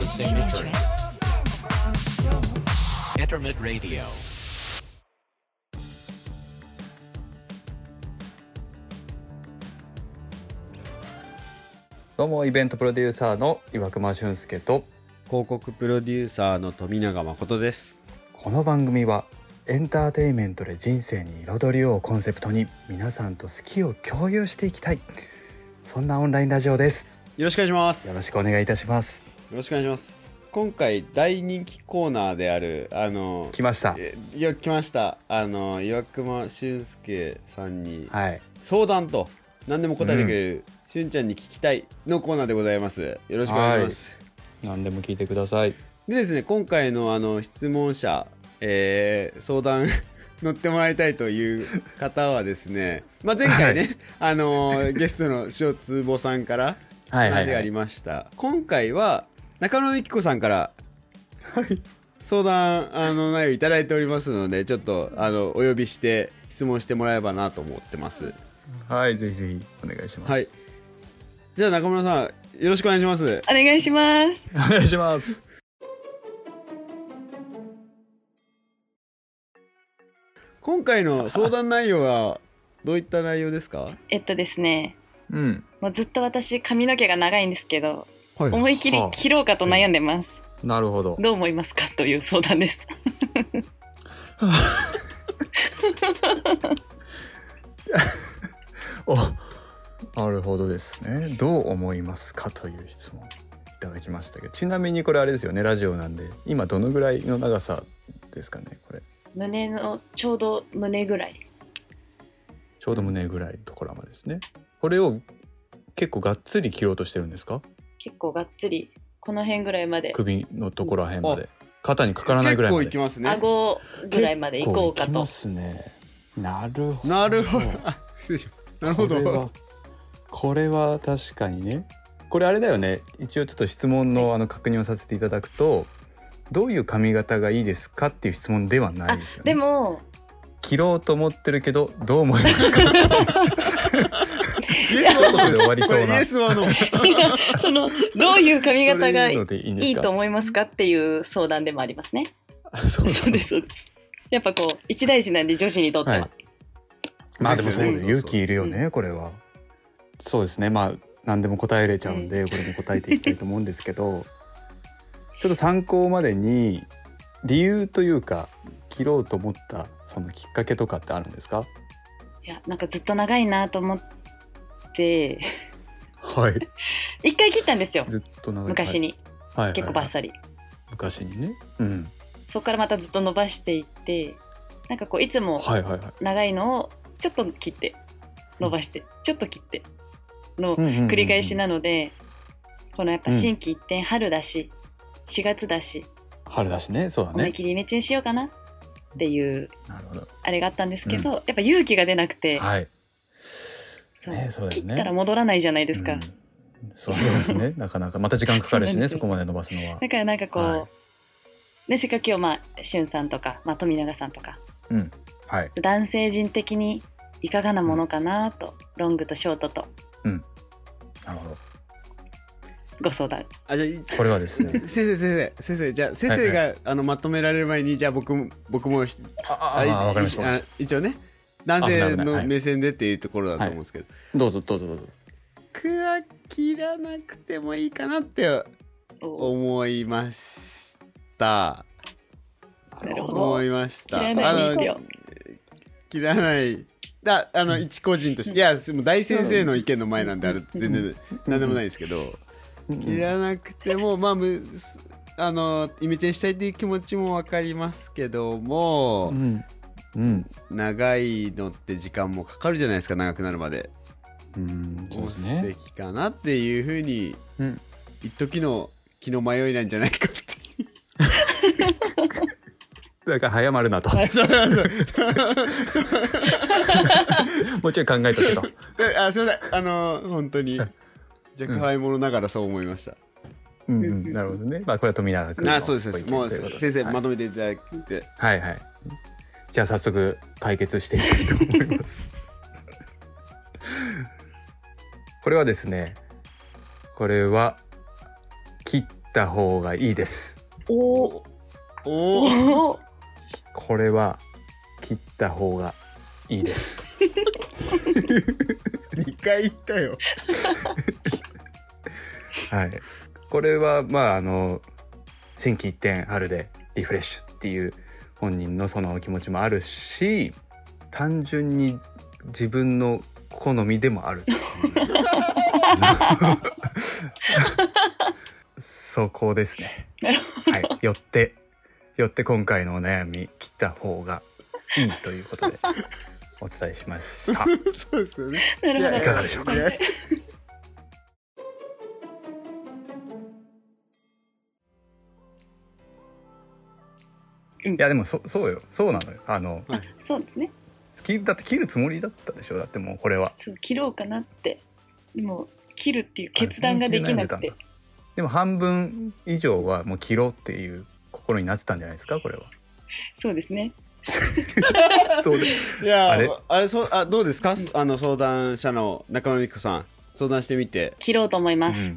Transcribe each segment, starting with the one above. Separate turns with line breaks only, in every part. Signature. Internet Radio.
どうもイベントプロデューサーの岩隈俊介と
広告プロデューサーの富永誠です
この番組はエンターテインメントで人生に彩りををコンセプトに皆さんと好きを共有していきたいそんなオンラインラジオです
よろしくお願いします
よろし
く
くお願いいたします
よろしくお願いします今回大人気コーナーであるあの
来ました
えいや来ましたあの岩隈俊介さんに
はい
相談と何でも答えてくれる、しゅんちゃんに聞きたいのコーナーでございますよろしくお願いします
何でも聞いてください
でですね今回のあの質問者、えー相談 乗ってもらいたいという方はですね、まあ、前回ね、あのーゲストの塩坪さんから
はいはいはい
話がありました、今回は中野由紀子さんから相談あの内容いただいておりますのでちょっとあのお呼びして質問してもらえばなと思ってます
はいぜひぜひお願いしま
はいじゃあ中村さんよろしくお願いします
お願いします。
お願いします
今回の相談内容はどういった内容ですか
えっとですね、
うん
もうずっと私髪の毛が長いんですけど、
は
思い切り切ろうかと悩んでます。
なるほど
どう思いますかという相談です。
なるほどですねどう思いますかという質問いただきましたけどちなみにこれあれですよねラジオなんで今どのぐらいの長さですかねこれ
胸のちょうど胸ぐらい。
ちょうど胸ぐらいのところまでですねこれを結構がっつり切ろうとしてるんですか
結構がっつりこの辺ぐらいまで、
首のところら辺まで肩にかからないぐらいまで
結構いきますね
顎ぐらいまで行こうか
結構いきま
と。
すねなるほど
なるほどあ失礼しましたなるほ
これは
ど
これは確かにねこれあれだよね一応ちょっと質問のあの確認をさせていただくとどういう髪型がいいですかっていう質問ではないですよね
でも
切ろうと思髪型がいいですかっていう質問ではないですよね切ろうと思ってるけどどう思いますか
イエスワ
これで終わりそうな
イエスワノー
そのどういう髪型が
そういう
い
のでいいんですか
いと思いますかっていう相談でもありますね。
あそうなの
そうですそうです。やっぱこう一大事なんで女子にとっては。
はいまあでもそうだよ
ですよね
勇気いるよね、これは。そうですねまあ何でも答えれちゃうんで、これも答えていきたいと思うんですけどちょっと参考までに理由というか切ろうと思ったそのきっかけとかってあるんですか
いやなんかずっと長いなと思って。
はい
一回切ったんですよ
ずっと長い
昔、に、
はいはいはい
結構バッサリ、
昔にねうん
そこからまたずっと伸ばしていってなんかこういつも
はいはいはい
長いのをちょっと切って伸ばして、ちょっと切っての
繰
繰り返しなので、このやっぱ
うん
心機一転春だし、4月だし
春だしねそうだ
思い
ね
切りイメチェンしようかなっていう
なるほど
あれがあったんですけど、
う
やっぱ勇気が出なくて、
はい
そう
ねそうだよね
切ったら戻らないじゃないですか、
うんそうそうですねなかなかまた時間かかるしね
そうなんです
そ
よ
こまで伸ばすのは
だからなんかこう、
は
ね、せっかく今日、まあ、しゅんさんとか、まあ、富永さんとか
うんはい
男性陣的にいかがなものかなと、ロングとショートと
なるほど
ご相談
あじゃあい
これはですね
先生先生先生じゃあ先生が、あのまとめられる前にじゃあ僕も僕もひ
ああ、わかりました。わかりま
あ
し
一応ね男性
危ない危ないは
の
い
目線でっていうところだと思うんですけど、
たどうぞ、どうぞ、どうぞ。
僕は切らなくてもいいかなって
を
思いました
なるほ
思
ど
いました
切らないでいいよ
切らないだあの一個人としていやもう大先生の意見の前なんである全然何でもないですけど切らなくてもまあむすあのイメチェンしたいっていう気持ちも分かりますけども
ん。うん。
長いのって時間もかかるじゃないですか長くなるまで
うん、そうです
もう
ね。
素敵かなっていうふうに
うん。
一時の気の迷いなんじゃないかって
だから早まるなと。
そうそうそう
もうちょい考えとけと。
で あすみませんあの本当に若輩者ながらそう思いました、
うん、うん、なるほどね。まあ、これは富永君の
あそうですそうですも
ご意見
う
といことで
先生
はい
まとめていただいて、
はい、はい。じゃあ、早速解決していきたいと思います。これはですね。これは。切っった方がいいです
おー
おー
おー
これは切った方がいいです
2回言ったよ
はいこれはまああの心機一転春でリフレッシュっていう本人のその気持ちもあるし単純に自分の好みでもあるっていうそこですね
なる
はい、よってよって今回のお悩み切った方がいいということでお伝えしました。
そうですよね
なるほど
いかがでしょうか
いや
いやでもそそうよそうなのよあの
そうですね
切だって切るつもりだったでしょだってもうこれは
そう切ろうかなってでも切るっていう決断ができなくて
でも半分以上はもう切ろうっていう心になってたんじゃないですかこれは
そうですね
そうで
いや
あ
あ
れ
れそうあどうですかあの相談者の中村美子さん相談してみて
切ろうと思います、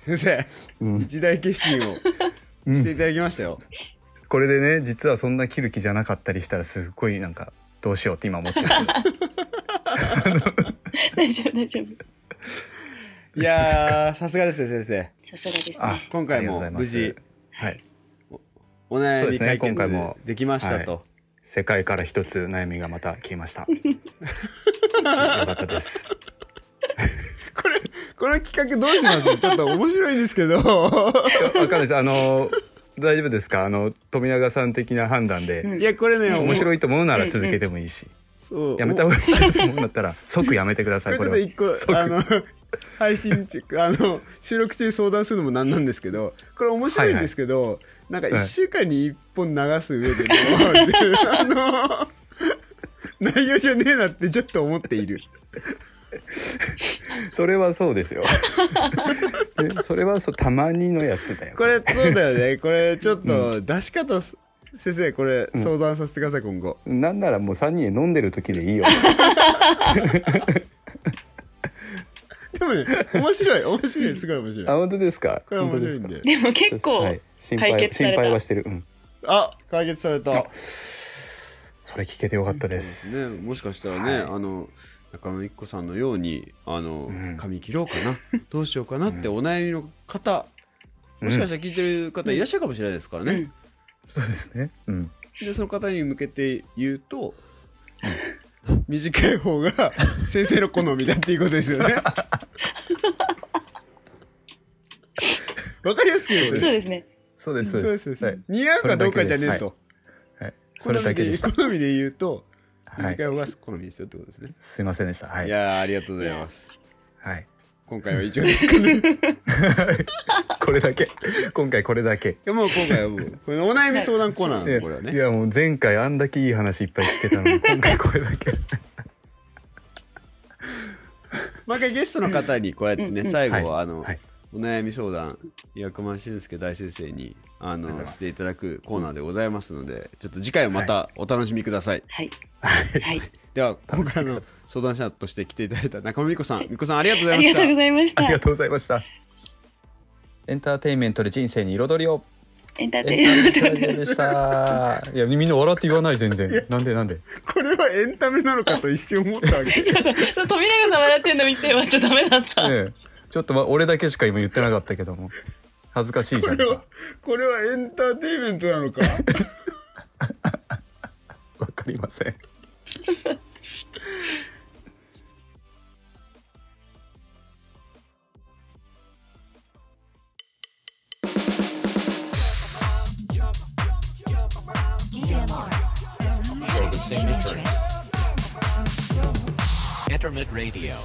先生
うんうん
時代決心を
うん
していただきましたよ、
これでね実はそんな切る気じゃなかったりしたらすっごいなんかどうしようって今思 ってる
大丈夫大丈夫
いやーさすがですね先
さすがです
あ
ね
今回
あ
も
りがとうございます
無事
はい
生お悩
そうで
み
すね
解
今回も
決できましたと、
世界から一つ悩みがまた消えま した。よかったです。
これこの企画どうします ちょっと面白いんですけどい
いやわかんないです。あの大丈夫ですか。あの富永さん的な判断で、
うん
やこれね
面白
い
いと思うなら続けてもいいし、
そう
やめた方がいいと思うんだったら即やめてください。
こ
こ
れ
れ
ちょっ
は
と一個あの配信中あの収録中に相談するのもなんなんですけどこれ面白いんですけど、なんか1週間に1本流す上でも、 あの内容じゃねえなってちょっと思っている
それはそうです よ。えそれはそうたまにのやつだよ。
これそうだよ ねこれちょっと出し方、先生これ相談させてください今後
なんならもう三人で飲んでる時でいいよ。
でもね面白い面白いすごい面白
あ
い
本当ですか。
これ面白いん
本当
で
でも
で
結
すか
構
はい心
解
配
決さ
心
れた、
配はしてる。うん。
あ解決された
それ聞けてよかったです。
ね、もしかしたらね、あの中野一子さんのようにあの、
ん
髪切ろうか などうしようかなってお悩みの方、
うん
もしかしたら聞いてる方いらっしゃるかもしれないですからね、
うん
そうですね。うん。
でその方に向けて言うと、短い方が先生の好みだっていうことですよねわかりやすく言うと
そう
ね
ですね
そうです
そうですそう
は
で
い
す似合うかどうかじゃねえと、
はい、
好
それ
み
だけ
で
でした。
好みで言うと
は
短
い
い、方が好みですよってことですね、、
すいませんでした。はいい、
やーありがとうございます
はい、
今回は以上ですか ねい
これだけ、今回これだけ。
やもう今回はもうこれお悩み相談コーナーな
い
ん
や
でこれはいね
やもう前回あんだけいい話いっぱい聞けたのに今回これだ け
毎回ゲストの方にこうやってね最後はあの、
はい
お悩み相談岩隈俊介大先生にあ
ありがとうござい
の
ます
していただくコーナーでございますのでちょっと次回もまたお楽しみください、
はい
はい
はい
では今回の相談者として来ていただいた中村美子さん美子さんありがとうご
あ
ざいま
り
し
がとうございまし
あり
た
が
た
とうございましたエンターテインメントで人生に彩りを
エンターテイ
エンターテインメント
ンメ
で
ン
し
ト
たいやみんな笑って言わない全然なんでなんで
これはエンタメなのかと一瞬思ったわけ
ちょっと富永さん笑ってるの見てまたダメだった、
ねえちょっとま俺だけしか今言ってなかったけども恥ずかしいじゃんか
これはエンターテインメントなのか
わかりません
Internet radio.